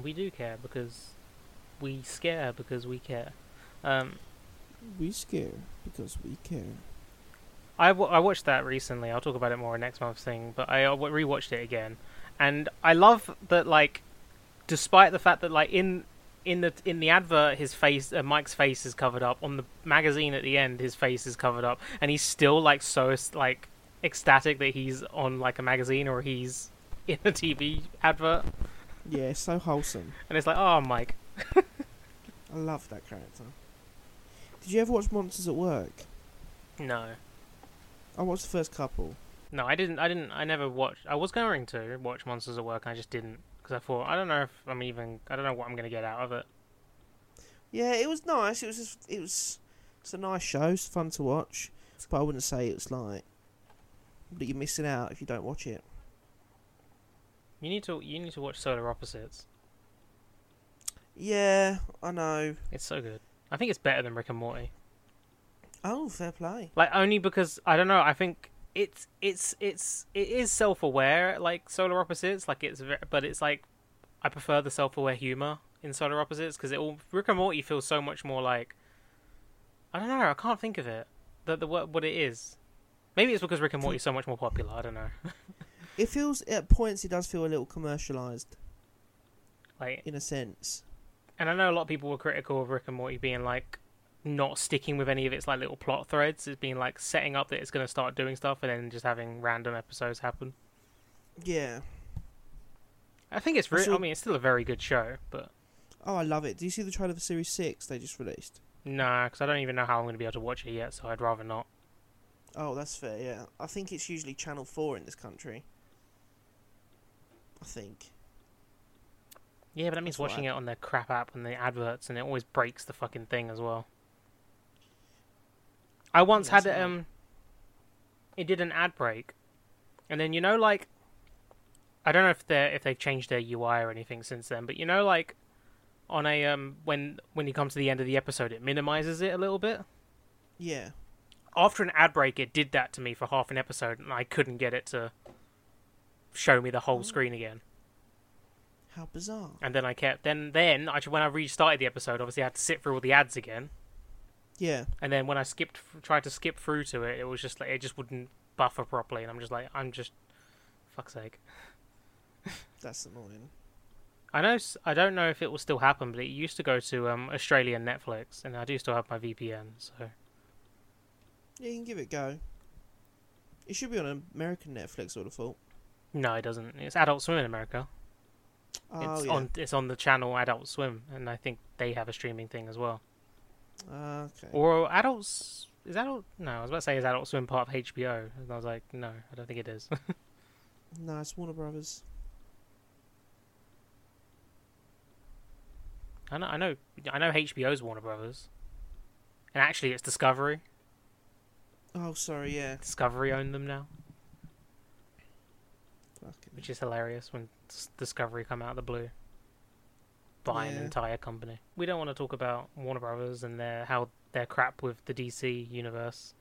We do care because we scare because we care. Um, We scare because we care. I, w- I watched that recently. I'll talk about it more in next month's thing, but I uh, w- rewatched it again, and I love that. Like, despite the fact that like in in the in the advert, his face, uh, Mike's face is covered up. On the magazine at the end, his face is covered up, and he's still like so es- like ecstatic that he's on like a magazine or he's in a TV advert, Yeah, it's so wholesome. and it's like, oh, Mike. I love that character. Did you ever watch Monsters at Work? No, I watched the first couple. no, I didn't. I didn't. I never watched. I was going to watch Monsters at Work, and I just didn't because I thought I don't know if I'm even. I don't know what I'm going to get out of it. Yeah, it was nice. It was just, it was it's a nice show. It's fun to watch, but I wouldn't say it was like that you're missing out if you don't watch it. You need to you need to watch Solar Opposites. Yeah, I know. It's so good. I think it's better than Rick and Morty. Oh, fair play. Like only because I don't know. I think it's it's it's it is self aware like Solar Opposites. Like it's ve- but it's like I prefer the self aware humor in Solar Opposites because it all Rick and Morty feels so much more like I don't know. I can't think of it. The, the what what it is. Maybe it's because Rick and Morty is so much more popular. I don't know. It feels at points it does feel a little commercialized Like in a sense. and I know a lot of people were critical of Rick and Morty being like not sticking with any of its like little plot threads. It's being like setting up that it's going to start doing stuff and then just having random episodes happen. Yeah. I think it's really. saw- I mean, it's still a very good show, but Oh, I love it. Do you see the trailer for Series Six they just released? nah, because I don't even know how I'm going to be able to watch it yet, so I'd rather not. Oh, that's fair. Yeah, I think it's usually Channel Four in this country. I think. Yeah, but that means That's what watching it on the crap app and the adverts, and it always breaks the fucking thing as well. I once Yes, had it. I know. Um, it did an ad break, and then you know, like, I don't know if they are if they've changed their UI or anything since then, but you know, like, on a um, when when you come to the end of the episode, it minimizes it a little bit. Yeah. After an ad break, it did that to me for half an episode, and I couldn't get it to show me the whole screen again. How bizarre. And then I kept then then I when I restarted the episode, obviously I had to sit through all the ads again. Yeah. And then when I skipped tried to skip through to it, it was just like it just wouldn't buffer properly, and I'm just like I'm just fuck's sake. That's annoying. I know s- I don't know if it will still happen, but it used to go to um Australian Netflix, and I do still have my VPN, so Yeah, you can give it a go. It should be on American Netflix, I would have thought. no, it doesn't. It's Adult Swim in America. Oh, it's yeah. on it's on the channel Adult Swim, and I think they have a streaming thing as well. Ah, okay. Or adults is adult? No, I was about to say is Adult Swim part of HBO, and I was like, no, I don't think it is. no, it's Warner Brothers. I know, I know, I know. HBO's Warner Brothers, and actually, it's Discovery. Oh, sorry, yeah. Discovery owned them now, Fucking- which is hilarious when s- Discovery come out of the blue, buy an Yeah. entire company. We don't want to talk about Warner Brothers and their how they're crap with the DC universe,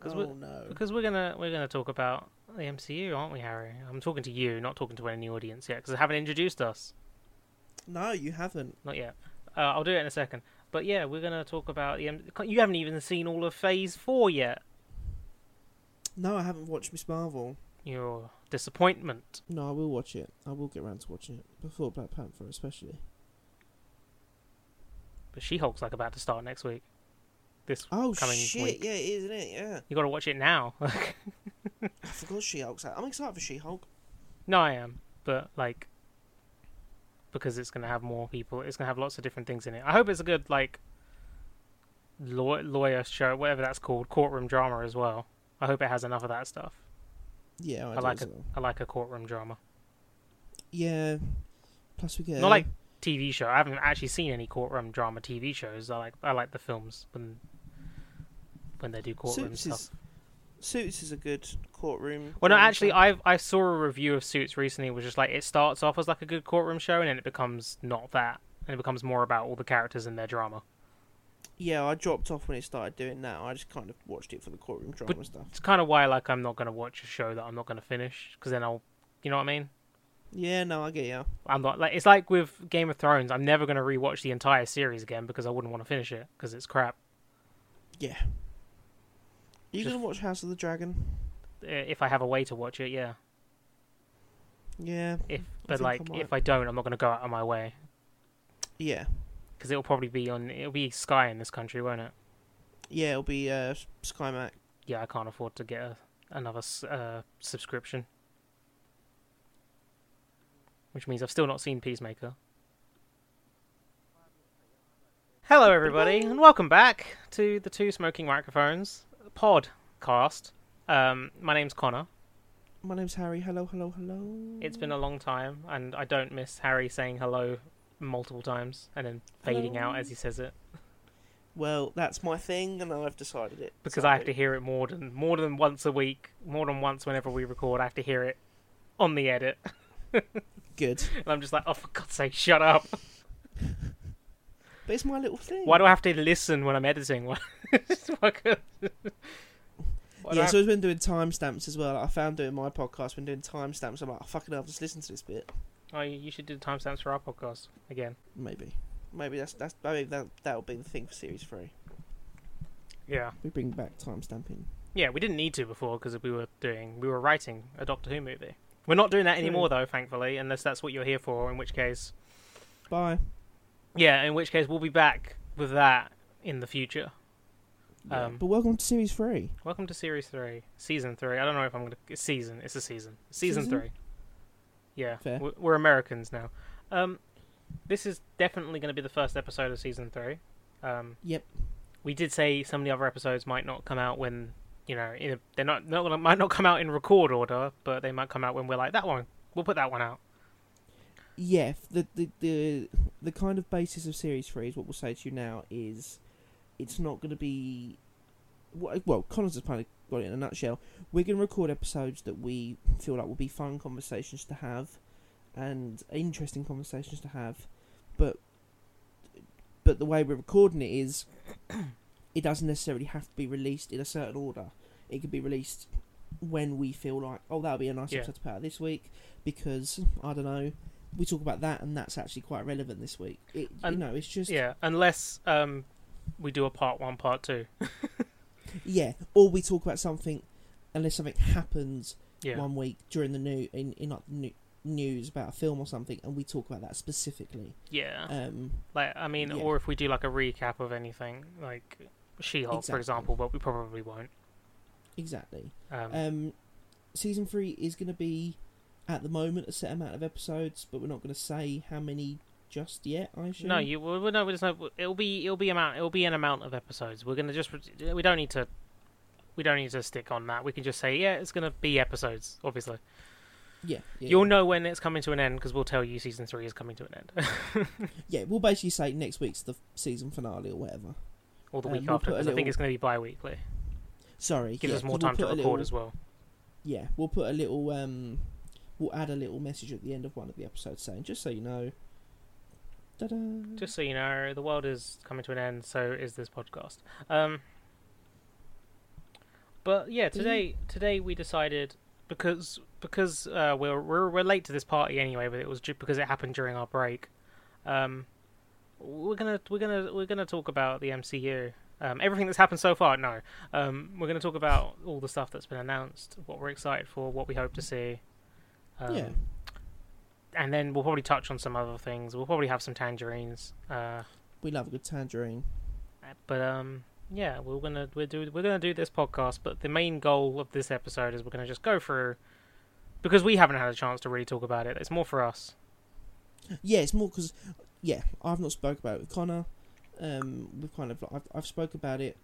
'cause we're- oh, no. because we're gonna we're gonna talk about the MCU, aren't we, Harry? I'm talking to you, not talking to any audience yet, because I haven't introduced us. No, you haven't. Not yet. Uh, I'll do it in a second. But yeah, we're gonna talk about the. M- you haven't even seen all of Phase Four yet. No, I haven't watched Miss Marvel. Your disappointment. No, I will watch it. I will get round to watching it. Before Black Panther, especially. But She Hulk's like about to start next week. This Oh, coming shit. week. Yeah, it is, isn't it? Yeah. You gotta watch it now. I forgot She Hulk's out. I'm excited for She Hulk. no, I am. But like, because it's gonna have more people. It's gonna have lots of different things in it. I hope it's a good like law- lawyer show, whatever that's called, courtroom drama as well. I hope it has enough of that stuff. Yeah, I, I do like as it. well. I like a courtrom drama. Yeah. Plus, we get. Not like TV show. I haven't actually seen any courtroom drama TV shows. I like I like the films when when they do courtroom Suits stuff. is, Suits is a good courtroom. Well, no, drama actually, show. I I saw a review of Suits recently. Which is like it starts off as like a good courtroom show, and then it becomes not that, and it becomes more about all the characters and their drama. Yeah, I dropped off when it started doing that. I just kind of watched it for the courtroom drama stuff. It's kind of why like I'm not gonna watch a show that I'm not gonna finish, because then I'll, you know what I mean? Yeah, no, I get you. I'm not like it's like with Game of Thrones. I'm never going to rewatch the entire series again because I wouldn't want to finish it because it's crap. Yeah. You Just- gonna watch House of the Dragon? Uh, If I have a way to watch it, yeah. Yeah, If think but I like might. if I don't, I'm not going to go out of my way yeah, because it'll probably be on it'll be Sky in this country, won't it? yeah. It'll be uh, Sky Mac. Yeah, I can't afford to get a, another s- uh, subscription. Which means I've still not seen Peacemaker. Hello, everybody, and welcome back to the Two Smoking Microphones podcast. Um, my name's Connor. My name's Harry. Hello, hello, hello. It's been a long time, and I don't miss Harry saying hello multiple times and then fading out Hello. as he says it well, that's my thing, and I've decided it. because I have so- to hear it more than more than once a week, more than once whenever we record. I have to hear it on the edit. Good, And I'm just like, oh, for God's sake, shut up. but it's my little thing. Why do I have to listen when I'm editing? Why Why can't- Why do I yeah, have- so I've been doing timestamps as well. I found doing my podcast, been doing timestamps. I'm like, oh, fucking hell, I've just listened to this bit. Oh, you you should do timestamps for our podcast again. Maybe, maybe that's that's maybe that that'll be the thing for series three. Yeah. We bring back timestamping. Yeah, we didn't need to before because we were doing, we were writing a Doctor Who movie. We're not doing that True. anymore, though, thankfully, unless that's what you're here for, in which case, Bye. yeah, in which case we'll be back with that in the future. Yeah, Um, but welcome to series three. Welcome to series three, season three. I don't know if I'm gonna it's season. It's a season. Season, Season? three. Yeah, Fair. We're, we're Americans now. Um, this is definitely going to be the first episode of season three. Um, Yep. we did say some of the other episodes might not come out when you know in a, they're not not gonna, might not come out in record order, but they might come out when we're like that one. We'll put that one out. yeah, f- the, the the the kind of basis of series three is what we'll say to you now is it's not going to be wha- well. Connors has kind of got it in a nutshell. We're going to record episodes that we feel like will be fun conversations to have and interesting conversations to have, but but the way we're recording it is it doesn't necessarily have to be released in a certain order. It could be released when we feel like, oh, that'll be a nice Yeah. episode to put out this week because I don't know. We talk about that, and that's actually quite relevant this week. It, And- you know, it's just Yeah, unless um, we do a part one, part two. Yeah, or we talk about something, unless something happens Yeah, one week during the new in in like new, news about a film or something, and we talk about that specifically. yeah. Um, Like, I mean, Yeah. or if we do like a recap of anything, like She-Hulk, for Exactly. example, but we probably won't. exactly. Um, Um, season three is going to be, at the moment, a set amount of episodes, but we're not going to say how many just yet. I assume. no, you well, no, there's no. It'll be it'll be amount it'll be an amount of episodes. We're gonna just we don't need to we don't need to stick on that. We can just say yeah, it's gonna be episodes. Obviously, Yeah. Yeah. you'll know when it's coming to an end because we'll tell you season three is coming to an end, yeah, We'll basically say next week's the season finale or whatever. or the Um, week we'll after. put a 'cause I think little- it's gonna be bi-weekly. Sorry. Gives yeah, us more 'cause we'll time to put a record little- as well. Yeah, we'll put a little um we'll add a little message at the end of one of the episodes saying, just so you know. Ta-da. Just so you know, the world is coming to an end. So is this podcast. Um, but yeah, today today we decided because because uh, we're, we're we're late to this party anyway, but it was ju- because it happened during our break. Um, we're gonna we're gonna we're gonna talk about the MCU. Um, everything that's happened so far. No, um, we're gonna talk about all the stuff that's been announced, what we're excited for, what we hope to see. Um, Yeah. And then we'll probably touch on some other things. We'll probably have some tangerines. Uh, We love a good tangerine. but um yeah we're gonna we're do we're gonna do this podcast but the main goal of this episode is we're gonna just go through because we haven't had a chance to really talk about it it's more for us Yeah, it's more because yeah, I've not spoke about it with Connor. Um, we kind of I've I've spoke about it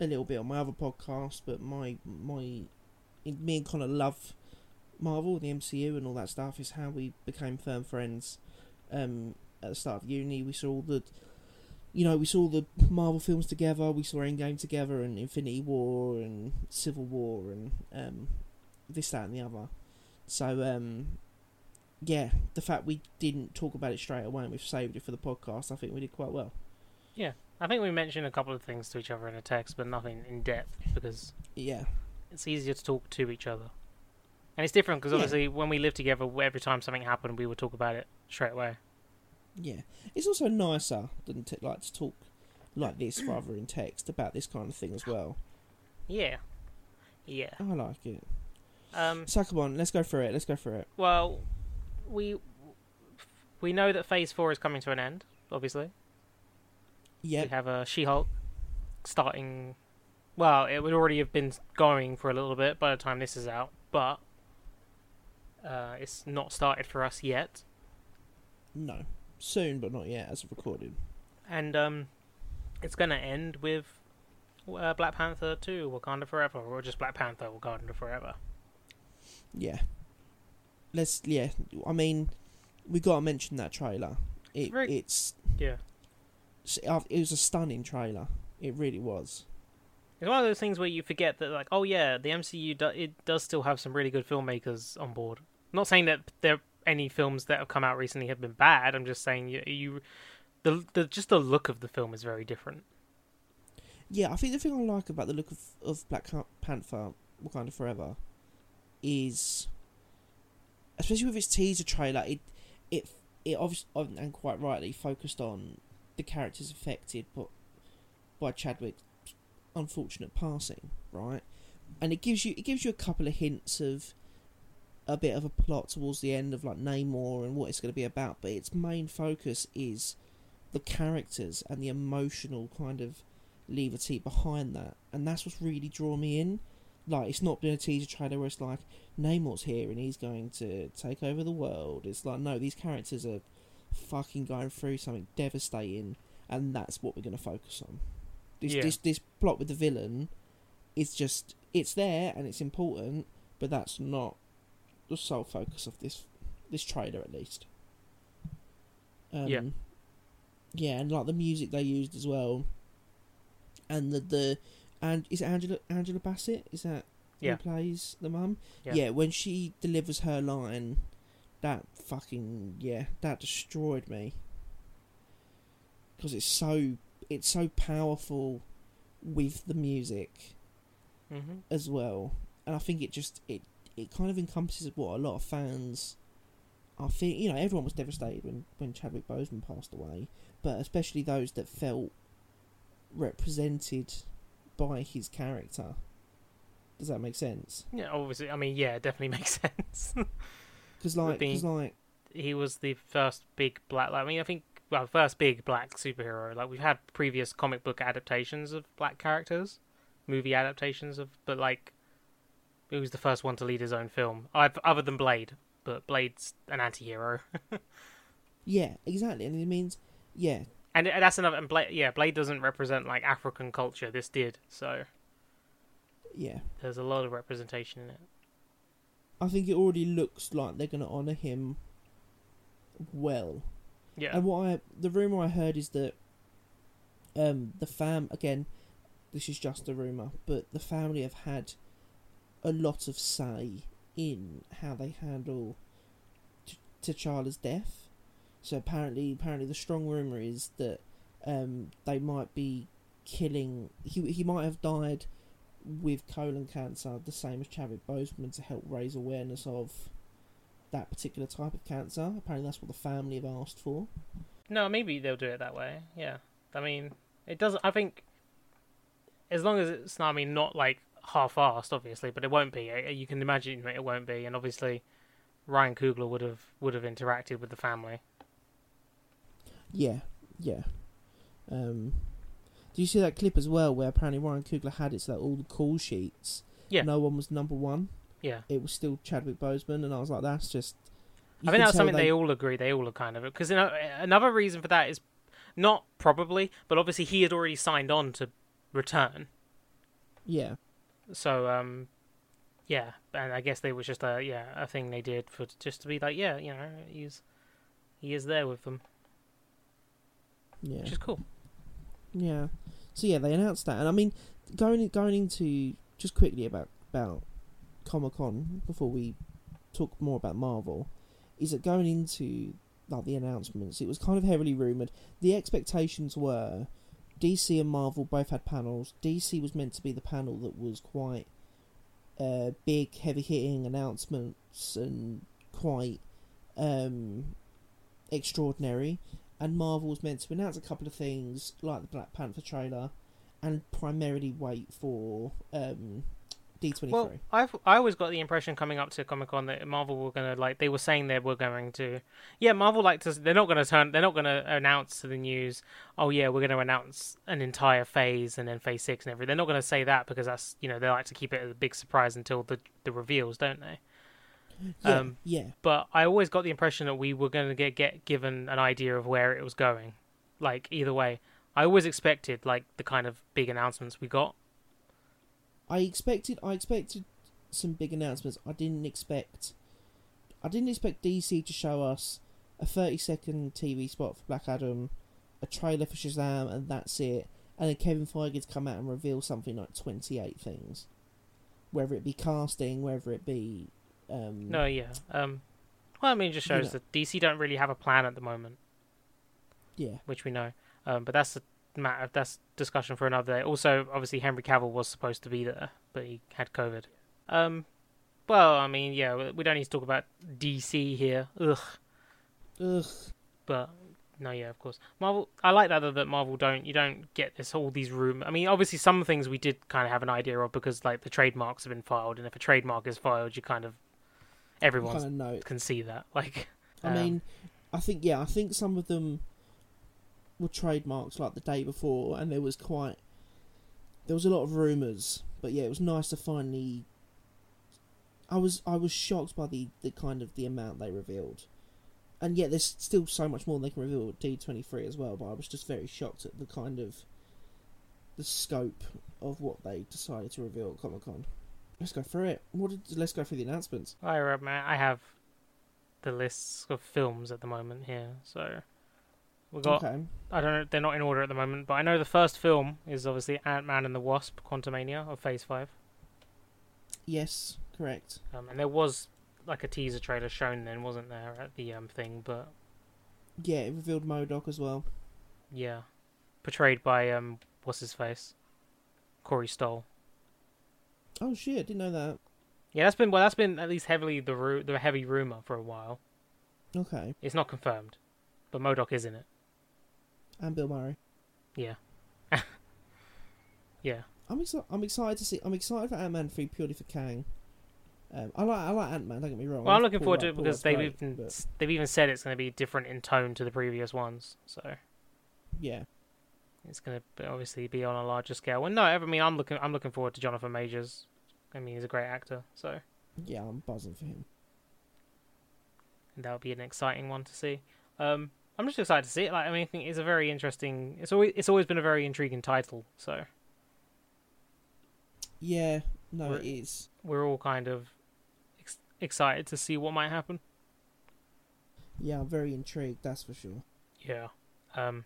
a little bit on my other podcast, but my my me and Connor love Marvel, the MCU, and all that stuff. Is how we became firm friends. Um, at the start of uni, we saw all the you know we saw the Marvel films together. We saw Endgame together, and Infinity War, and Civil War, and um, this that and the other. So um, yeah, the fact we didn't talk about it straight away and we've saved it for the podcast, I think we did quite well. i think we mentioned a couple of things to each other in a text but nothing in depth because Yeah, it's easier to talk to each other And it's different because Yeah. obviously when we lived together, every time something happened, we would talk about it straight away. Yeah, it's also nicer than to, like to talk like this rather in text about this kind of thing as well. Yeah, yeah. I like it. Um, So come on, let's go for it. Let's go for it. well, we we know that Phase Four is coming to an end. Obviously, we Yep. have a She-Hulk starting. Well, it would already have been going for a little bit by the time this is out, but uh, it's not started for us yet. No. Soon, but not yet. As of recording. and um, it's going to end with uh, Black Panther 2, Wakanda Forever, or just Black Panther, Wakanda Forever. Yeah. Let's. Yeah. I mean, we gotta mention that trailer. It, Right. It's. Yeah. s- uh, It was a stunning trailer. It really was. It's one of those things where you forget that, like, oh yeah, the MCU do- it does still have some really good filmmakers on board. I'm not saying that there any films that have come out recently have been bad. I'm just saying you, you the, the just the look of the film is very different. Yeah, I think the thing I like about the look of, of Black Ca- Panther, Wakanda Forever, is especially with its teaser trailer, it it it obviously and quite rightly focused on the characters affected, but by Chadwick's unfortunate passing, right? And it gives you it gives you a couple of hints of a bit of a plot towards the end of like Namor and what it's going to be about, but its main focus is the characters and the emotional kind of levity behind that, and that's what's really drawn me in. Like, it's not been a teaser trailer where it's like Namor's here and he's going to take over the world. It's like, no, these characters are fucking going through something devastating, and that's what we're going to focus on. This, Yeah. this this plot with the villain is just it's there and it's important, but that's not the sole focus of this this trailer at least. Um, Yeah. Yeah, and like the music they used as well, and the the and is it Angela Angela Bassett? Is that Yeah. who plays the mum? Yeah. when she delivers her line, that fucking yeah, that destroyed me. Because it's so it's so powerful with the music Mm-hmm. as well, and I think it just it it kind of encompasses what a lot of fans. I think you know everyone was devastated when when Chadwick Boseman passed away, but especially those that felt represented by his character. Does that make sense? Yeah, obviously. I mean, yeah, it definitely makes sense. Because like, being- cause like, he was the first big black. Like, I mean, I think well, first big black superhero. Like we've had previous comic book adaptations of black characters, movie adaptations of, but like, he was the first one to lead his own film, I've, other than Blade. But Blade's an anti-hero. yeah, exactly, and it means, yeah, and and that's another. And Blade, yeah, Blade doesn't represent like African culture. This did, so yeah. there's a lot of representation in it. I think it already looks like they're gonna honour him well. Yeah, And what I the rumor I heard is that um the fam again, this is just a rumor, but the family have had a lot of say in how they handle T- T'Challa's death. So apparently, apparently the strong rumor is that um they might be killing. He he might have died with colon cancer, the same as Chadwick Boseman, to help raise awareness of that particular type of cancer. Apparently, that's what the family have asked for. no, maybe they'll do it that way. Yeah, I mean, it doesn't. I think as long as it's I mean not like half-assed, obviously, but it won't be. Uh, You can imagine it won't be, and obviously Ryan Coogler would have would have interacted with the family. Yeah, yeah. Um, do you see that clip as well where apparently Ryan Coogler had it so that all the call sheets, Yeah. no one was number one. Yeah, It was still Chadwick Boseman, and I was like, that's just. you I think can that was tell something they... all agree. They all are kind of because you know, another reason for that is not probably, but obviously he had already signed on to return. Yeah, So um, yeah, and I guess they was just a yeah a thing they did for just to be like yeah you know he's he is there with them, yeah, which is cool. yeah. So yeah, they announced that, and I mean, going going into just quickly about about Comic Con before we talk more about Marvel, is that going into like the announcements, it was kind of heavily rumored. The expectations were DC and Marvel both had panels. DC was meant to be the panel that was quite uh, big, heavy hitting announcements and quite um, extraordinary. And Marvel's meant to announce a couple of things like the Black Panther trailer and primarily wait for um, D23. Well, I've I always got the impression coming up to Comic Con that Marvel were gonna like they were saying they were going to, yeah, Marvel like to they're not gonna turn they're not gonna announce to the news, oh yeah, we're gonna announce an entire phase and then phase six and everything. They're not gonna say that because that's you know they like to keep it a big surprise until the the reveals, don't they? yeah, um, yeah. But I always got the impression that we were gonna get get given an idea of where it was going, like either way. I always expected like the kind of big announcements we got. I expected I expected some big announcements. I didn't expect I didn't expect DC to show us a 30 second TV spot for Black Adam, a trailer for Shazam and that's it. And then Kevin Feige's come out and reveal something like 28 things. Whether it be casting, whether it be um No, yeah. Um, well, I mean, it just You shows know. that DC don't really have a plan at the moment, yeah. which we know. Um, but that's a matter. That's discussion for another day. Also, obviously, Henry Cavill was supposed to be there, but he had COVID. Um, well, I mean, yeah, we- we don't need to talk about DC here. Ugh. Ugh. But no, yeah, of course. Marvel. I like that though, that Marvel don't. You don't get this all these room. I mean, obviously, some things we did kind of have an idea of because like the trademarks have been filed, and if a trademark is filed, you kind of I everyone kind of know it. can see that. Like, I um, mean, I think yeah, I think some of them were trademarks like the day before, and there was quite there was a lot of rumors. But yeah, it was nice to finally. I was I was shocked by the the kind of the amount they revealed, and yet there's still so much more they can reveal at D twenty three as well. But I was just very shocked at the kind of the scope of what they decided to reveal at Comic Con. Let's go through it. What did, let's go through the announcements. I remember I have the lists of films at the moment here, so we got. okay. I don't know. They're not in order at the moment, but I know the first film is obviously Ant Man and the Wasp: Quantumania of Phase Five, Yes. Correct. um, and there was like a teaser trailer shown then, wasn't there, at the um thing? But Yeah, it revealed Modoc as well. yeah, portrayed by um what's his face, Corey Stoll. Oh shit, didn't know that. Yeah, that's been well, that's been at least heavily the ru- the heavy rumor for a while. Okay, It's not confirmed, but Modoc is in it. and Bill Murray. Yeah, yeah. I'm excited. I'm excited to see. I'm excited for Ant Man three purely for Kang. Um, I like I like Ant Man. Don't get me wrong. Well, I'm I looking forward thought to that- it thought because that they've was great, even but, they've even said it's going to be different in tone to the previous ones, so yeah, it's going to obviously be on a larger scale. And no, I mean I'm looking I'm looking forward to Jonathan Majors. I mean he's a great actor, so yeah, I'm buzzing for him. that'll be an exciting one to see. Um, I'm just excited to see it. Like I mean, I think it's a very interesting. It's always it's always been a very intriguing title, so Yeah, no, Right. it is. we're all kind of ex- excited to see what might happen. Yeah, I'm very intrigued. That's for sure. Yeah. Um.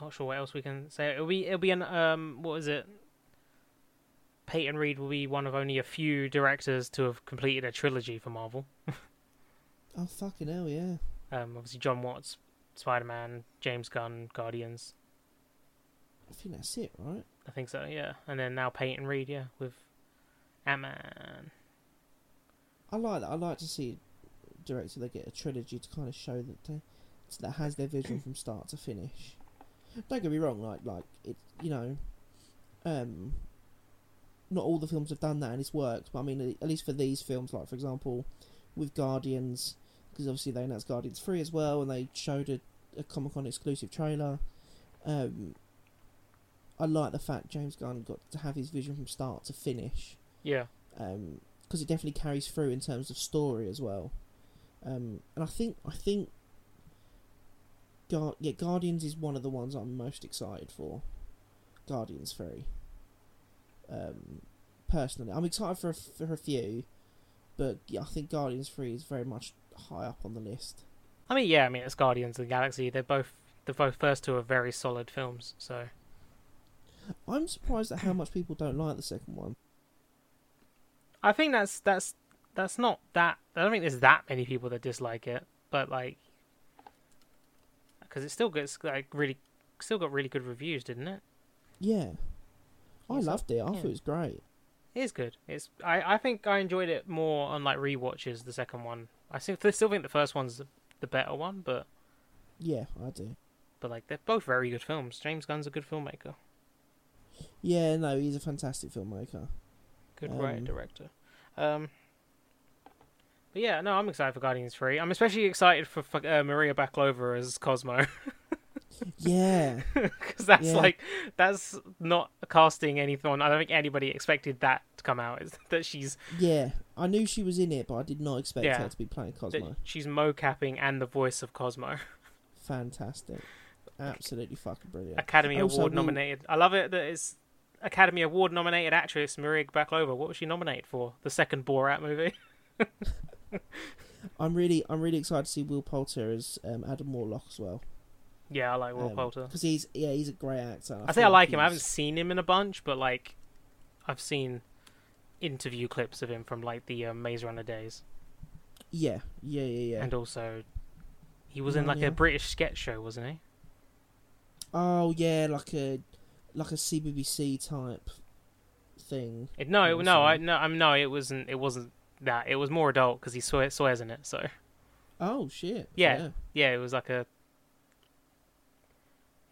Not sure what else we can say. It'll be it'll be an um what is it? Peyton Reed will be one of only a few directors to have completed a trilogy for Marvel. Oh fucking hell, yeah. Um, obviously John Watts, Spider Man, James Gunn, Guardians. I think that's it, right? I think so. Yeah, and then now Peyton Reed, yeah, with Ant Man. I like that. I like to see a director they get a trilogy to kind of show that they, that has their vision from start to finish. Don't get me wrong, like like it, you know, um, not all the films have done that and it's worked. But I mean, at least for these films, like for example, with Guardians, because obviously they announced Guardians three as well, and they showed a, a Comic Con exclusive trailer. Um, I like the fact James Gunn got to have his vision from start to finish Yeah, because um, it definitely carries through in terms of story as well. Um, and I think I think, Gar- yeah, Guardians is one of the ones I'm most excited for. Guardians three. Um, personally, I'm excited for a, for a few, but yeah, I think Guardians three is very much high up on the list. I mean, yeah, I mean it's Guardians of the Galaxy. They're both the both first two are very solid films. So I'm surprised at how much people don't like the second one. I think that's that's that's not that. I don't think there's that many people that dislike it, but like, because it still gets like really, still got really good reviews, didn't it? Yeah, I Yes, I- loved it. I yeah. thought it was great. It is good. It's I, I think I enjoyed it more on like rewatches. The second one, I still, still think the first one's the, the better one, but Yeah, I do. but like they're both very good films. James Gunn's a good filmmaker, Yeah, no, he's a fantastic filmmaker. good writer Um, director. Um, but yeah, no, I'm excited for Guardians Three. I'm especially excited for, for uh, Maria Bakalova as Cosmo Yeah, because that's Yeah. like that's not casting anything. I don't think anybody expected that to come out. Is that she's yeah. I knew she was in it, but I did not expect Yeah. her to be playing Cosmo. that she's mocapping and the voice of Cosmo. Fantastic. Absolutely fucking brilliant. Academy Also, Award we- nominated. I love it that it's Academy Award nominated actress Maria Bakalova. What was she nominated for? The second Borat movie. I'm really, I'm really excited to see Will Poulter as um, Adam Warlock as well. yeah, I like Will Poulter. because he's, yeah, he's a great actor. I think I Um, feel like him. I he's- haven't seen him in a bunch, but like, I've seen interview clips of him from like the uh, Maze Runner days, Yeah, yeah, yeah, yeah. and also he was in Yeah, like yeah. a British sketch show, wasn't he? Oh yeah, like a, like a CBBC type thing. It, no, He it, was no, I in- no, I'm no. It wasn't. It wasn't that. It was more adult because he swear, swears in it. So Oh shit. Yeah. yeah, it was like a.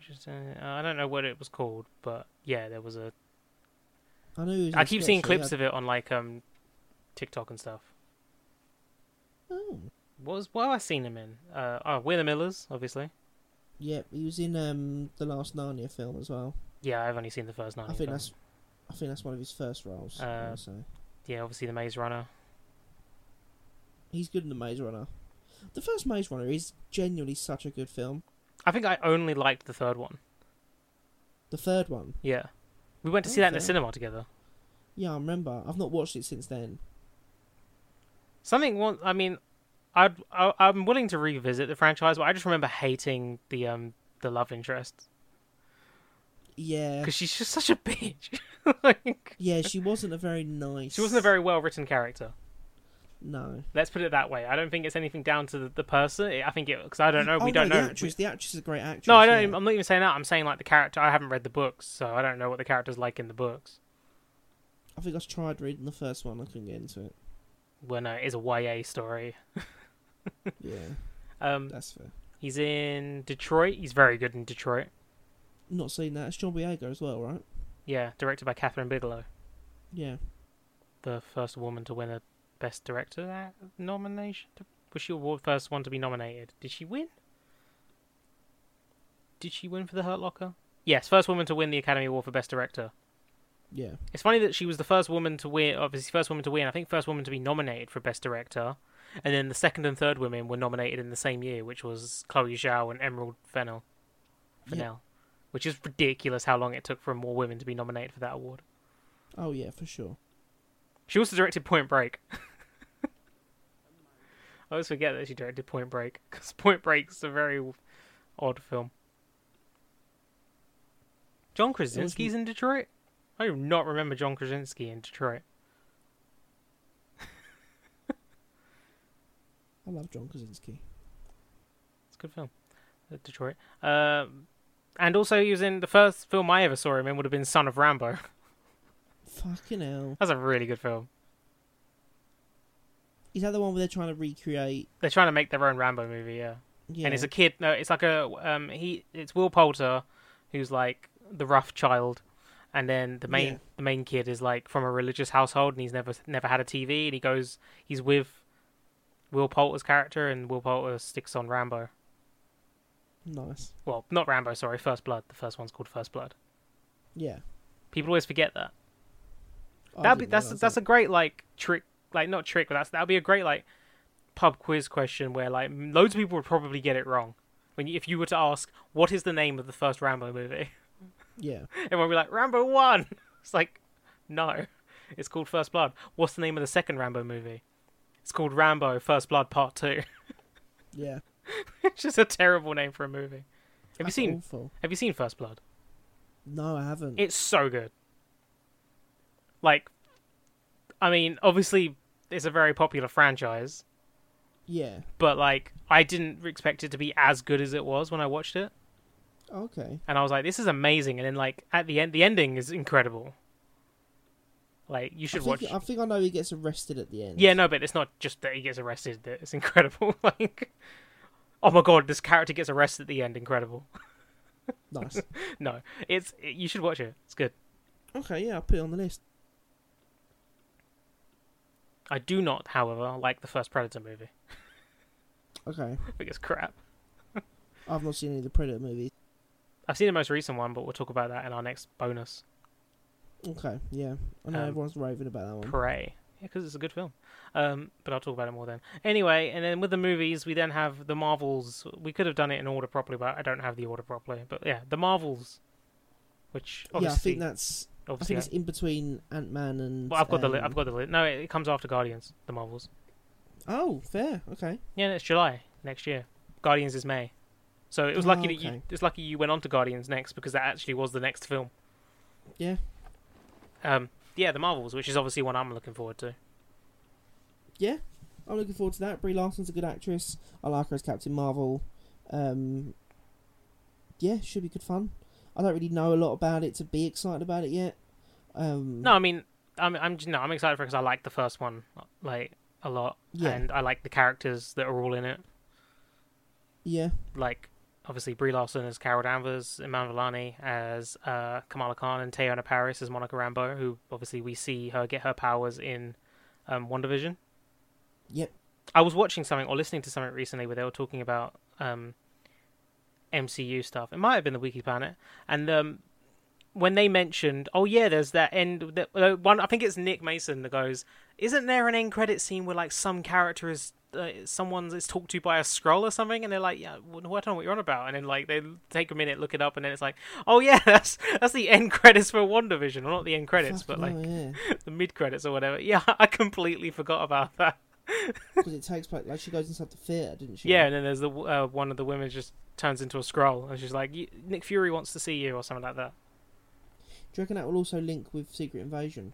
Just, uh, I don't know what it was called, but yeah, there was a. I know. he was I in keep sketch, seeing so clips yeah. of it on like um, TikTok and stuff. Oh. What was what have I seen him in? Uh, oh, We're the Millers, obviously. Yep, he was in um the last Narnia film as well. Yeah, I've only seen the first nine. I of think them. that's, I think that's one of his first roles. I Uh, wanna say. yeah, obviously the Maze Runner. He's good in the Maze Runner. The first Maze Runner is genuinely such a good film. I think I only liked the third one. The third one, Yeah, we went to see that in the Okay. cinema together. yeah, I remember. I've not watched it since then. Something one. I mean, I'd, I I'm willing to revisit the franchise, but I just remember hating the um the love interest Yeah, because she's just such a bitch. like, yeah, she wasn't a very nice. she wasn't a very well written character. no. Let's put it that way. I don't think it's anything down to the, the person. It- I think it because I don't know. Oh, we don't no, know. The actress, the actress is a great actress. no, I don't. yeah. I'm not even saying that. I'm saying like the character. I haven't read the books, so I don't know what the character's like in the books. I think I tried reading the first one. I couldn't get into it. Well, no, it is uh, a YA story. Yeah, Um, that's fair. he's in Detroit. He's very good in Detroit. Not seen that. It's John Boyega as well, right? Yeah, directed by Catherine Bigelow, Yeah. the first woman to win a Best Director uh, nomination. Was she the first one to be nominated? Did she win? Did she win for The Hurt Locker? Yes, first woman to win the Academy Award for Best Director. Yeah. It's funny that she was the first woman to win, obviously first woman to win. I think first woman to be nominated for Best Director, and then the second and third women were nominated in the same year, which was Chloe Zhao and Emerald Fennell. Fennell, which is ridiculous how long it took for more women to be nominated for that award. Oh yeah, for sure. She also directed Point Break. I always forget that she directed Point Break because Point Break's a very odd film. John Krasinski's in Detroit. I do not remember John Krasinski in Detroit. I love John Krasinski. It's a good film, Uh, Detroit. Um, and also, he was in the first film I ever saw him in would have been Son of Rambo. Fucking hell. That's a really good film. Is that the one where they're trying to recreate? They're trying to make their own Rambo movie, yeah. Yeah. and it's a kid. No, it's like a um. He it's Will Poulter, who's like the rough child, and then the main Yeah. the main kid is like from a religious household, and he's never never had a TV, and he goes he's with Will Poulter's character, and Will Poulter sticks on Rambo. nice. Well, not Rambo, sorry, First Blood. The first one's called First Blood. Yeah. People always forget that. I That'd be didn't that's realise that's that. a great like trick, like not trick, but that's that'd be a great like pub quiz question where like loads of people would probably get it wrong. When you, if you were to ask what is the name of the first Rambo movie. yeah. Everyone will be like, Rambo 1! It's like, no. It's called First Blood. What's the name of the second Rambo movie? It's called Rambo First Blood Part 2. Yeah. it's just a terrible name for a movie. Have you That's seen Awful. Have you seen First Blood? No, I haven't. It's so good. Like I mean, obviously it's a very popular franchise, yeah. but like I didn't expect it to be as good as it was when I watched it, Okay. and I was like, this is amazing, and then like at the end the ending is incredible. Like you should I watch. think, I think I know he gets arrested at the end. Yeah, no, but it's not just that he gets arrested. that It's incredible. like, oh my god, this character gets arrested at the end. Incredible. Nice. No, it's you should watch it. It's good. Okay, yeah, I'll put it on the list. I do not, however, like the first Predator movie. Okay. I think it's crap. I've not seen any of the Predator movies. I've seen the most recent one, but we'll talk about that in our next bonus. Okay, yeah. I know Um, everyone's raving about that one. Prey. Yeah, because it's a good film. Um, but I'll talk about it more then. Anyway, and then with the movies, we then have the Marvels. We could have done it in order properly, but I don't have the order properly. But yeah, the Marvels, which obviously, yeah, I think that's. I obviously, think it's in between Ant Man and. well, I've got the li- um, I've got the li- no, it, it comes after Guardians, the Marvels. Oh, fair. Okay. Yeah, it's July next year. Guardians is May, so it was lucky Oh, that you okay. it's lucky you went on to Guardians next because that actually was the next film. Yeah. Um. Yeah, the Marvels, which is obviously one I'm looking forward to. I'm looking forward to that. Brie Larson's a good actress. I like her as Captain Marvel. Um, yeah, should be good fun. I don't really know a lot about it to be excited about it yet. Um, No, I mean, I'm I'm no, I'm excited for it because I like the first one like a lot, Yeah. and I like the characters that are all in it. Yeah. Like obviously Brie Larson as Carol Danvers, Iman Vellani as uh, Kamala Khan, and Teyona Paris as Monica Rambeau, who obviously we see her get her powers in um, WandaVision. Yep. I was watching something or listening to something recently where they were talking about um, MCU stuff. It might have been the Wiki Planet, and um, when they mentioned, oh yeah, there's that end. That, uh, one, I think it's Nick Mason that goes, "Isn't there an end credit scene where like some character is uh, someone's is talked to by a scroll or something?" And they're like, "Yeah, well, no, I don't know what you're on about." And then like they take a minute, look it up, and then it's like, "Oh yeah, that's that's the end credits for WandaVision, or not the end credits, but Fucking like hell, yeah. the mid credits or whatever." Yeah, I completely forgot about that. Because it takes place. Like, she goes inside the theatre, didn't she? Yeah, and then there's the w- uh, one of the women just turns into a scroll, and she's like, "Y- "Nick Fury wants to see you" or something like that. Do you reckon that will also link with Secret Invasion?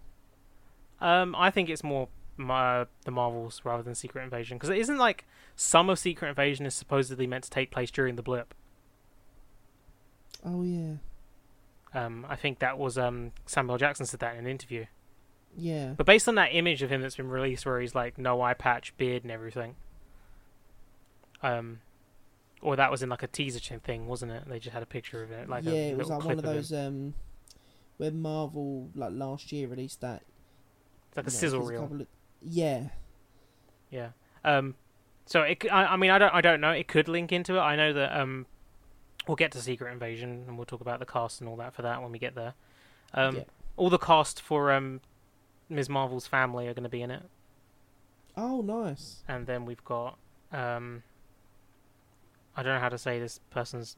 Um, I think it's more my, the Marvels rather than Secret Invasion because it isn't like some of Secret Invasion is supposedly meant to take place during the blip. Oh, yeah. Um, I think that was um, Samuel Jackson said that in an interview. Yeah. But based on that image of him that's been released, where he's like no eye patch, beard, and everything, um, or that was in like a teaser chin thing, wasn't it? They just had a picture of it, like yeah, a it was little like clip one of him. those um, where Marvel like last year released that It's like a you know, sizzle there's a reel. couple of- yeah, Yeah. Um. So it. c- I, I mean, I don't. I don't know. It could link into it. I know that. Um. We'll get to Secret Invasion, and we'll talk about the cast and all that for that when we get there. Um. Yeah. All the cast for um, Ms. Marvel's family are going to be in it, Oh, nice. and then we've got um. I don't know how to say this person's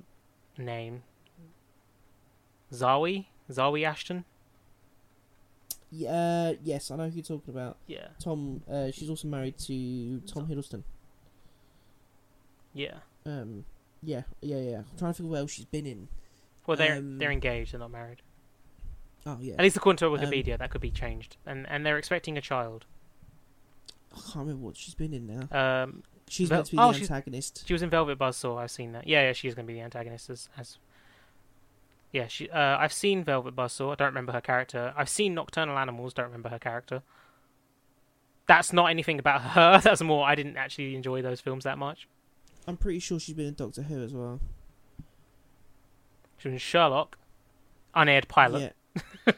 name. Zawi. Zawi Ashton. Yeah, uh, yes, I know who you're talking about. Yeah. Tom. Uh, she's also married to Tom Hiddleston. Yeah. Um, yeah, yeah, yeah. I'm trying to think of what else she's been in. Well, they're Um, they're engaged. They're not married. Oh yeah, At least according to Um, Wikipedia, that could be changed. And and they're expecting a child. I can't remember what she's been in now. Um. She's Vel- meant to be oh, the she's- antagonist. She was in Velvet Buzzsaw. I've seen that. Yeah, yeah, she's going to be the antagonist as. as... Yeah, she. Uh, I've seen Velvet Buzzsaw. I don't remember her character. I've seen Nocturnal Animals. Don't remember her character. That's not anything about her. That's more. I didn't actually enjoy those films that much. I'm pretty sure she's been in Doctor Who as well. She was in Sherlock, unaired pilot. Yeah.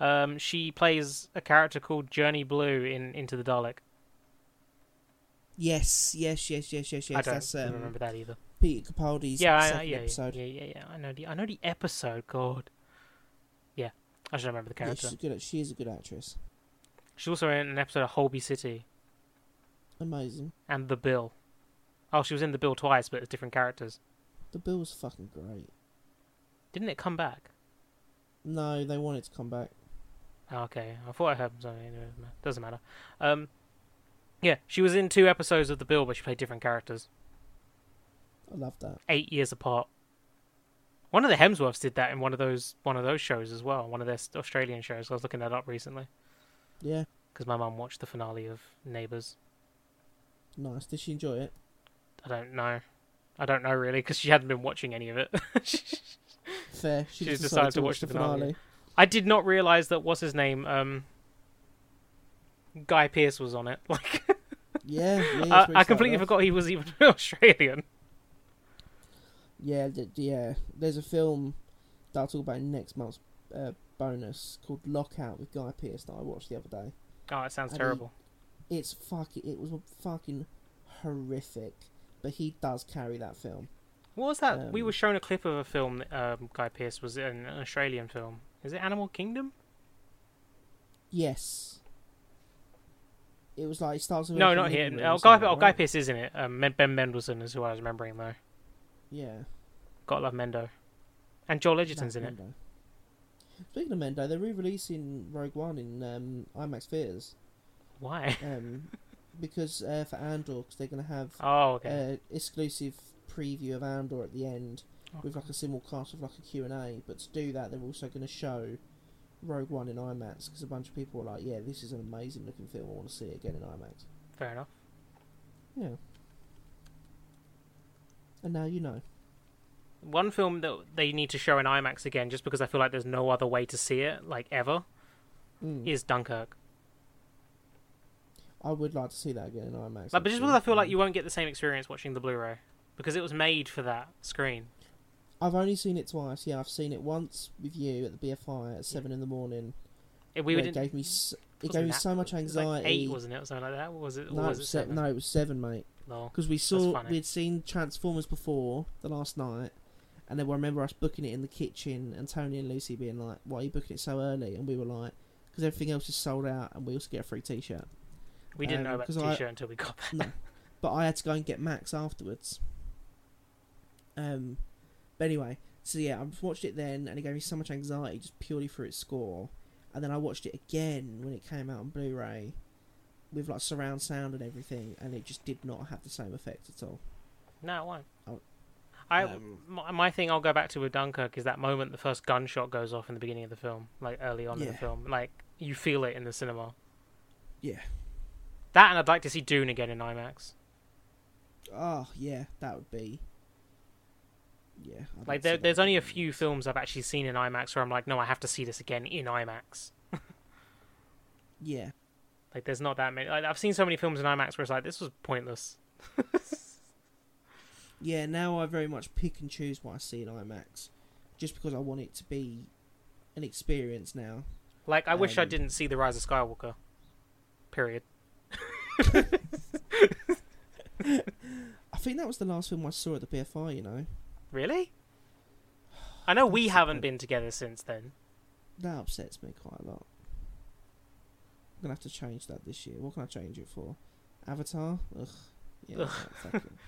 Um, she plays a character called Journey Blue in Into the Dalek. Yes, yes, yes, yes, yes, yes. I don't That's um, remember that either. Peter Capaldi's Yeah, I, uh, second yeah, yeah, episode. yeah, yeah, yeah. I know the. I know the episode. God. Yeah, I should remember the Yeah, character. she's a good. She is a good actress. She's also in an episode of Holby City Amazing. and The Bill. Oh, she was in The Bill twice, but as different characters. The bill was fucking great. Didn't it come back? No, they wanted to come back. Oh, okay, I thought I heard something. Anyway, it ma- doesn't matter. Um, yeah, she was in two episodes of The Bill, but she played different characters, I love that. eight years apart. One of the Hemsworths did that in one of those one of those shows as well. One of their s- Australian shows. I was looking that up recently Yeah, because my mum watched the finale of Neighbours. nice. Did she enjoy it? I don't know. I don't know really because she hadn't been watching any of it. Fair. She, She decided just decided to watch the finale. I did not realize that what's his name, um, Guy Pearce was on it. Like, Yeah, yeah it's I, very I sad, completely right? forgot he was even Australian. Yeah, th- yeah. There's a film that I'll talk about in next month's uh, bonus called Lockout with Guy Pearce that I watched the other day. Oh, it sounds I mean- terrible. It's fucking. It was fucking horrific, but he does carry that film. What was that? we um, were shown a clip of a film that um, Guy Pearce was in, an Australian film. Is it Animal Kingdom? Yes. It was like it starts with No, Open not here. Ignorance Oh, or Guy, something, oh, Guy right? Pearce is in it. Um, Men- ben Mendelsohn is who I was remembering though. Yeah. Gotta love Mendo. And Joel Edgerton's in Matt it. Mendo. Speaking of Mendo, they're re-releasing Rogue One in um, IMAX theaters Why? um, because uh, for Andor, because they're going to have Oh, okay. uh, exclusive preview of Andor at the end Oh, with like a simulcast of like a Q&A but to do that they're also going to show Rogue One in IMAX because a bunch of people are like yeah this is an amazing looking film I want to see it again in IMAX Fair enough. yeah and now you know One film that they need to show in IMAX again, just because I feel like there's no other way to see it, like ever, Mm. is Dunkirk. I would like to see that again in IMAX Like, but just actually. because I feel like you won't get the same experience watching the Blu-ray because it was made for that screen. I've only seen it twice yeah I've seen it once with you at the BFI at 7 in the morning It, we where were it didn't. gave me s it wasn't gave me that- so much it was like anxiety eight wasn't it or something like that? Or was it? Or no, was it it was se- seven? no it was 7 mate Lol. because we saw funny. we'd seen Transformers before the last night, and then I remember us booking it in the kitchen, and Tony and Lucy being like, "Why are you booking it so early?" And we were like, "Because everything else is sold out, and we also get a free T-shirt." We didn't um, know about the 'cause I- T-shirt until we got there. But I had to go and get Max afterwards. Um, but anyway, so yeah, I watched it then, and it gave me so much anxiety just purely for its score, and then I watched it again when it came out on Blu-ray. With like surround sound and everything, and it just did not have the same effect at all. No, it won't. Oh. I Um, my, my thing I'll go back to with Dunkirk is that moment the first gunshot goes off in the beginning of the film, like early on in the Yeah. film, like you feel it in the cinema. Yeah. That and I'd like to see Dune again in IMAX. Oh yeah, that would be. Yeah. I'd Like to there, see that there's only a again. few films I've actually seen in IMAX where I'm like, no, I have to see this again in IMAX. Yeah, Like there's not that many. Like, I've seen so many films in IMAX where it's like this was pointless. yeah. Now I very much pick and choose what I see in IMAX, just because I want it to be an experience now. Like I wish I Um, didn't see the Rise of Skywalker. Period. I think that was the last film I saw at the BFI. You know, Really? I know we That's haven't okay. been together since then. that upsets me quite a lot. I'm gonna have to change that this year. What can I change it for? Avatar. Ugh. Yeah. Ugh. that fucking-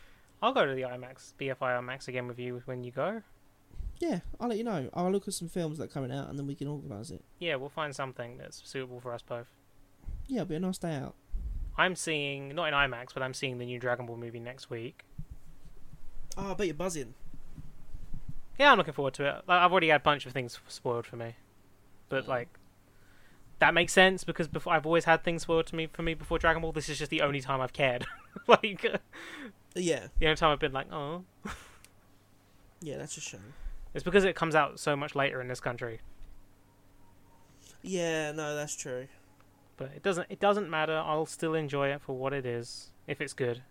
I'll go to the IMAX, BFI IMAX again with you when you go. yeah. I'll let you know. I'll look at some films that are coming out, and then we can organise it. Yeah, we'll find something that's suitable for us both. Yeah, it'll be a nice day out. I'm seeing not in IMAX, but I'm seeing the new Dragon Ball movie next week. Oh, I bet you're buzzing. Yeah, I'm looking forward to it. Like, I've already had a bunch of things spoiled for me, but Yeah. like that makes sense because before I've always had things spoiled to me for me before Dragon Ball. This is just the only time I've cared. like Yeah. the only time I've been like, oh, Yeah, that's a shame. it's because it comes out so much later in this country. Yeah, no, that's true. But it doesn't. It doesn't matter. I'll still enjoy it for what it is if it's good,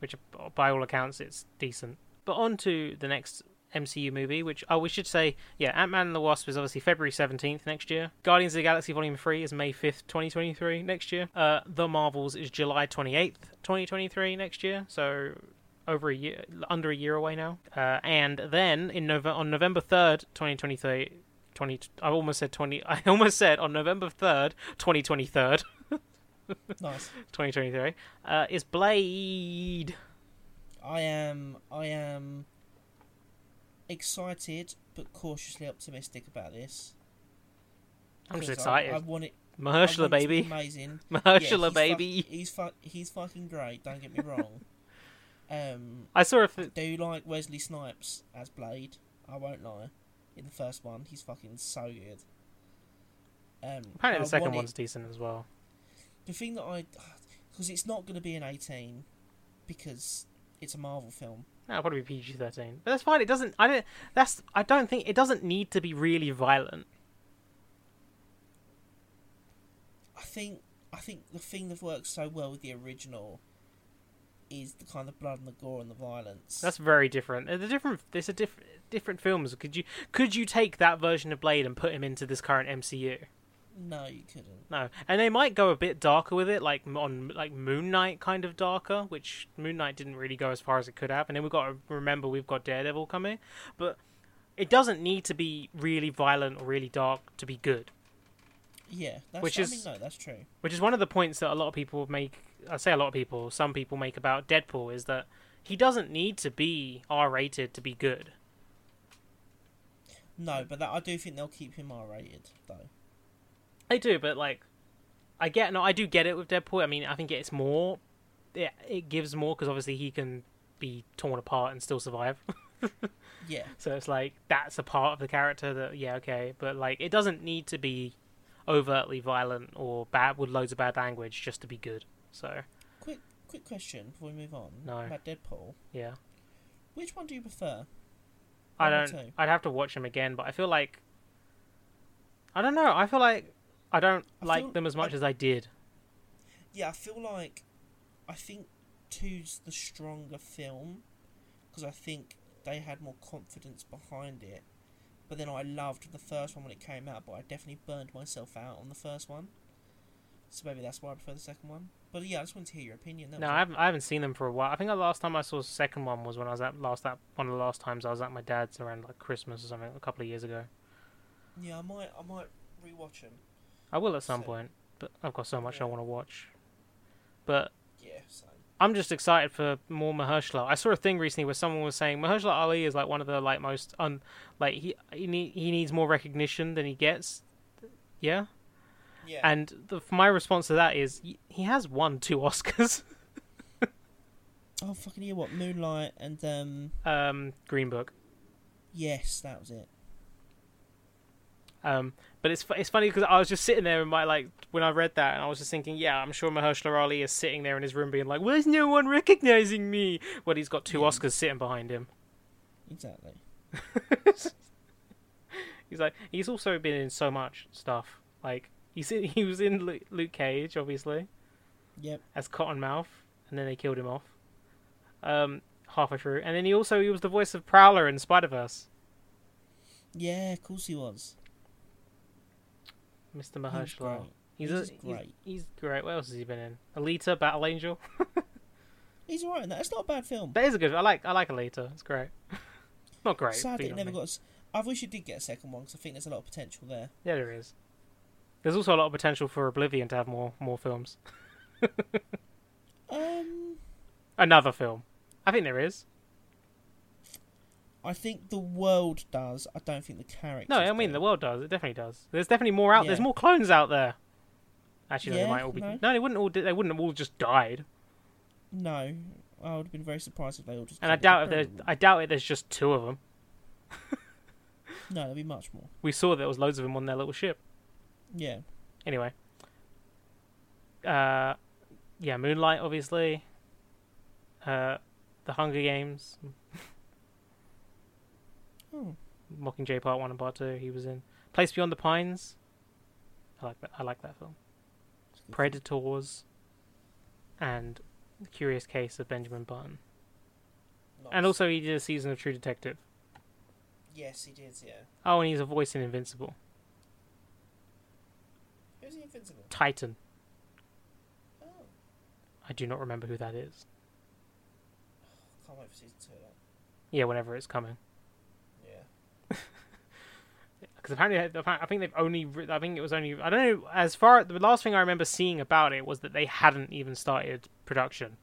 which by all accounts it's decent. But on to the next MCU movie, which oh we should say yeah, Ant Man and the Wasp is obviously February seventeenth next year. Guardians of the Galaxy Volume Three is May fifth, twenty twenty three next year. Uh, the Marvels is July twenty eighth, twenty twenty three next year. So over a year, under a year away now. Uh, and then in Nov on November third, twenty twenty three. 20 I almost said 20 I almost said on November 3rd 2023 Nice. 2023 uh, is Blade I am I am excited but cautiously optimistic about this. I'm just Because excited I, I want it I want Mahershala it to be baby Amazing. Yeah, he's Mahershala fuck- baby he's fuck, he's fucking great, don't get me wrong. um I saw a I th- do like Wesley Snipes as Blade, I won't lie. In the first one, he's fucking so good. Um, apparently I the second want it- one's decent as well The thing that I, because it's not going to be an eighteen, because it's a Marvel film. no, it'll probably be PG-13 but that's fine it doesn't I don't that's I don't think it doesn't need to be really violent I think I think the thing that works so well with the original is the kind of blood and the gore and the violence. That's very different. Uh, The different. There's a different different films. Could you could you take that version of Blade and put him into this current MCU? no, you couldn't. No, and they might go a bit darker with it, like m- on like Moon Knight kind of darker, which Moon Knight didn't really go as far as it could have. And then we've got to remember we've got Daredevil coming, but it doesn't need to be really violent or really dark to be good. Yeah, that's, Which I is- mean, no, that's true. Which is one of the points that a lot of people make. I say a lot of people, some people make about Deadpool is that he doesn't need to be R-rated to be good. No, but that, I do think they'll keep him R-rated though. They do, but like, I get no, I do get it with Deadpool. I mean, I think it's more, it, it gives more because obviously he can be torn apart and still survive. Yeah, so it's like that's a part of the character that yeah okay, but like it doesn't need to be overtly violent or bad with loads of bad language just to be good. So Quick, quick question before we move on. No. About Deadpool, yeah, which one do you prefer? I One or don't. two? I'd have to watch them again, but I feel like I don't know. I feel like I don't I like feel- them as I- much as I did. Yeah, I feel like I think two's the stronger film because I think they had more confidence behind it. But then I loved the first one when it came out, but I definitely burned myself out on the first one. So maybe that's why I prefer the second one. But yeah, I just wanted to hear your opinion. that No, was I all. haven't, I haven't seen them for a while. I think the last time I saw the second one was when I was at last at one of the last times I was at my dad's around like Christmas or something a couple of years ago. yeah, I might, I might rewatch them. I will at some So- point, but I've got so much I Yeah. want to watch. But Yeah, so I'm just excited for more Mahershala. I saw a thing recently where someone was saying Mahershala Ali is like one of the like most un like he he, need, he needs more recognition than he gets. Yeah, yeah, and the, my response to that is y- he has won two Oscars. oh fucking yeah, what Moonlight and um, um, Green Book. yes, that was it. Um, but it's fu- it's funny because I was just sitting there in my like when I read that and I was just thinking, yeah, I'm sure Mahershala Ali is sitting there in his room being like, "Where's no one recognizing me?" Well, he's got two Yeah. Oscars sitting behind him. Exactly. He's like, he's also been in so much stuff. Like he's in, he was in Lu- Luke Cage, obviously, Yep. as Cottonmouth, and then they killed him off. Um, halfway through, and then he also he was the voice of Prowler in Spider Verse. Yeah, of course he was. Mr. He was Mahershala. great. He's, He's a- just he's, great. he's great. What else has he been in? Alita, Battle Angel. He's alright in that. It's not a bad film. That is a good. I like. I like Alita. It's great. Not great. but Sad that you it know what never I mean. got. s- I wish it did get a second one because I think there's a lot of potential there. Yeah, there is. There's also a lot of potential for Oblivion to have more more films. Um, Another film. I think there is. I think the world does. I don't think the characters. No, I mean do. the world does. It definitely does. There's definitely more out. There's Yeah. more clones out there. Actually, no, they Yeah, might all be. No. no. they wouldn't all. They wouldn't have all just died. No, I would have been very surprised if they all just. And I killed doubt if each there's. other. I doubt it. There's just two of them. No, there'll be much more. We saw there was loads of them on their little ship. Yeah. Anyway. Uh, yeah, Moonlight obviously. Uh, The Hunger Games. Oh, Mockingjay Part One and Part Two. He was in Place Beyond the Pines. I like that. I like that film. it's a good film. Predators, and The Curious Case of Benjamin Button. Nice. And also, he did a season of True Detective. Yes, he did. Yeah. Oh, and he's a voice in Invincible. Who's he invincible? Titan. Oh, I do not remember who that is. can't wait for season two. of that. Yeah, whenever it's coming. Yeah. Because apparently, appa- I think they've only. Re- I think it was only. I don't know. As far the last thing I remember seeing about it was that they hadn't even started production.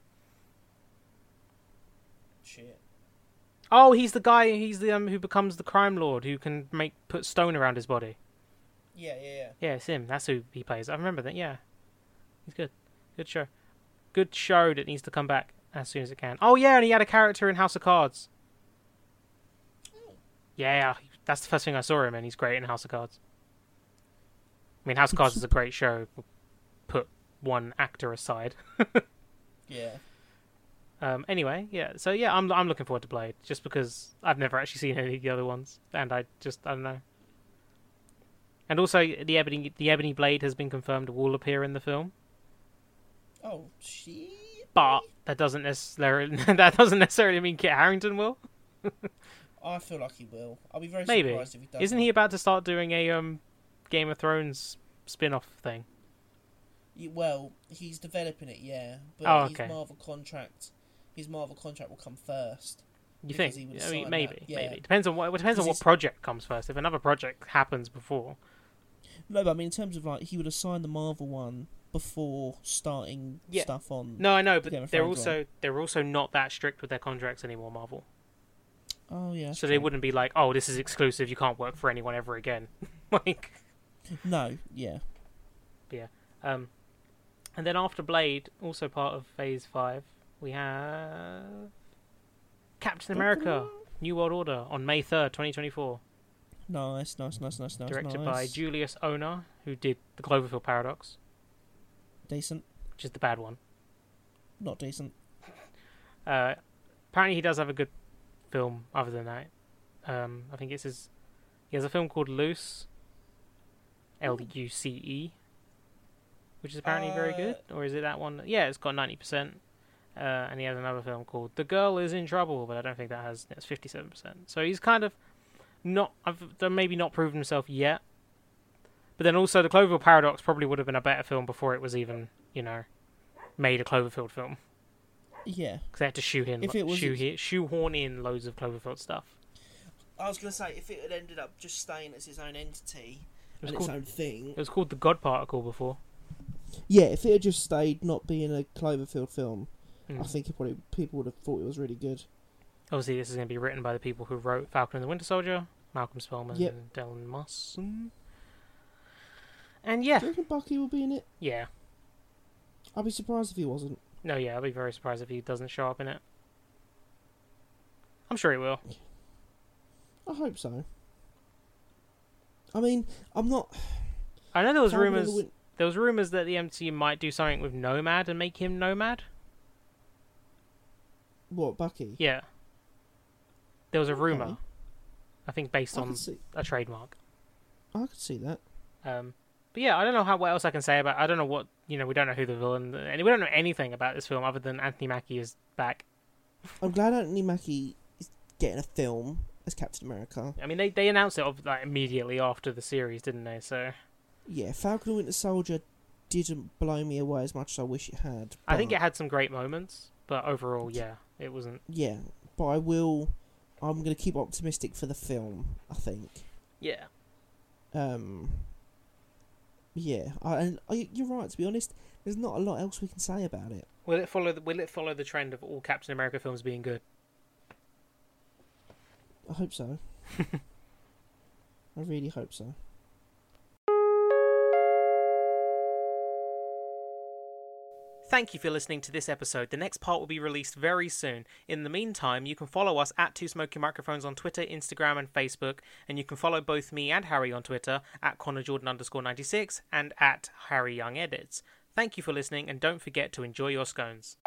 Shit. Oh, he's the guy. He's the um, who becomes the crime lord who can make put stone around his body. Yeah, yeah, yeah. Yeah, it's him. That's who he plays. I remember that. Yeah, he's good. Good show. Good show that needs to come back as soon as it can. Oh yeah, and he had a character in House of Cards. Oh. Yeah, that's the first thing I saw him in. He's great in House of Cards. I mean, House of Cards is a great show. Put one actor aside. Yeah. Um, anyway, yeah. So yeah, I'm I'm looking forward to Blade just because I've never actually seen any of the other ones, and I just I don't know. And And also, the ebony the ebony blade has been confirmed will appear in the film, Oh, she. but that doesn't necessarily that doesn't necessarily mean Kit Harrington will. I feel like he will. I'll be very Maybe. surprised if he does. Isn't he about to start doing a um, Game of Thrones spin-off thing? he? Well, he's developing it, yeah. But Oh, okay. his Marvel contract, his Marvel contract will come first. You Because he think? would I sign mean, that, maybe, yeah. maybe. Depends on what. It depends on Because what he's- project comes first. If another project happens before, No, but I mean, in terms of like, he would have signed the Marvel one before starting Yeah. stuff on. no, I know, but Game of they're Thrones also they're also not that strict with their contracts anymore. Marvel, Oh yeah. so they wouldn't be like, oh, this is exclusive. You can't work for anyone ever again. like, No, yeah. um, and then after Blade, also part of Phase Five, we have Captain America: New World Order on May third, twenty twenty four. Nice, nice, nice, nice, nice. directed by nice. Julius Onar, who did the Cloverfield Paradox, Decent, which is the bad one. not decent. Uh, apparently, he does have a good film other than that. Um, I think it's his. He has a film called Loose, L U C E, which is apparently very Uh, good. Or is it that one? Yeah, it's got ninety percent. Uh, and he has another film called The Girl Is in Trouble, but I don't think that has it's fifty seven percent. So he's kind of not. I've though maybe not proven himself yet. But then also, The Cloverfield Paradox probably would have been a better film before it was even, you know, made a Cloverfield film Yeah, because they had to shoe in, If it was- shoe here, shoehorn in loads of Cloverfield stuff. I was gonna say if it had ended up just staying as its own entity It was and called its own thing. it was called the God Particle before. Yeah, if it had just stayed not being a Cloverfield film, Mm. I think it probably people would have thought it was really good. Obviously, this is going to be written by the people who wrote Falcon and the Winter Soldier, Malcolm Spellman Yep. and Dylan Mawson. And yeah, Do you reckon Bucky will be in it? yeah, I'd be surprised if he wasn't. no, yeah, I'll be very surprised if he doesn't show up in it. I'm sure he will. I hope so. I mean, I'm not. I know there was Falcon and the rumors. Win- There was rumors that the MCU might do something with Nomad and make him Nomad. What Bucky? Yeah, there was a rumor. Okay. I think based I on could see. a trademark. I could see that. Um, but yeah, I don't know how what else I can say about. I don't know what you know. We don't know who the villain, and we don't know anything about this film other than Anthony Mackie is back. I'm glad Anthony Mackie is getting a film as Captain America. I mean, they they announced it of, like immediately after the series, didn't they? So Yeah, Falcon and Winter Soldier didn't blow me away as much as I wish it had. I think but- it had some great moments, but overall, yeah, it wasn't. Yeah, but I will. I'm going to keep optimistic for the film. I think. Yeah, Um. Yeah, I, and I, you're right. To be honest, there's not a lot else we can say about it. will it follow? The, will it follow the trend of all Captain America films being good? I hope so. I really hope so. Thank you for listening to this episode. The next part will be released very soon. In the meantime, you can follow us at Two Smoking Microphones on Twitter, Instagram, and Facebook, and you can follow both me and Harry on Twitter at Connor Jordan underscore 96 and at Harry Young Edits. Thank you for listening, and don't forget to enjoy your scones.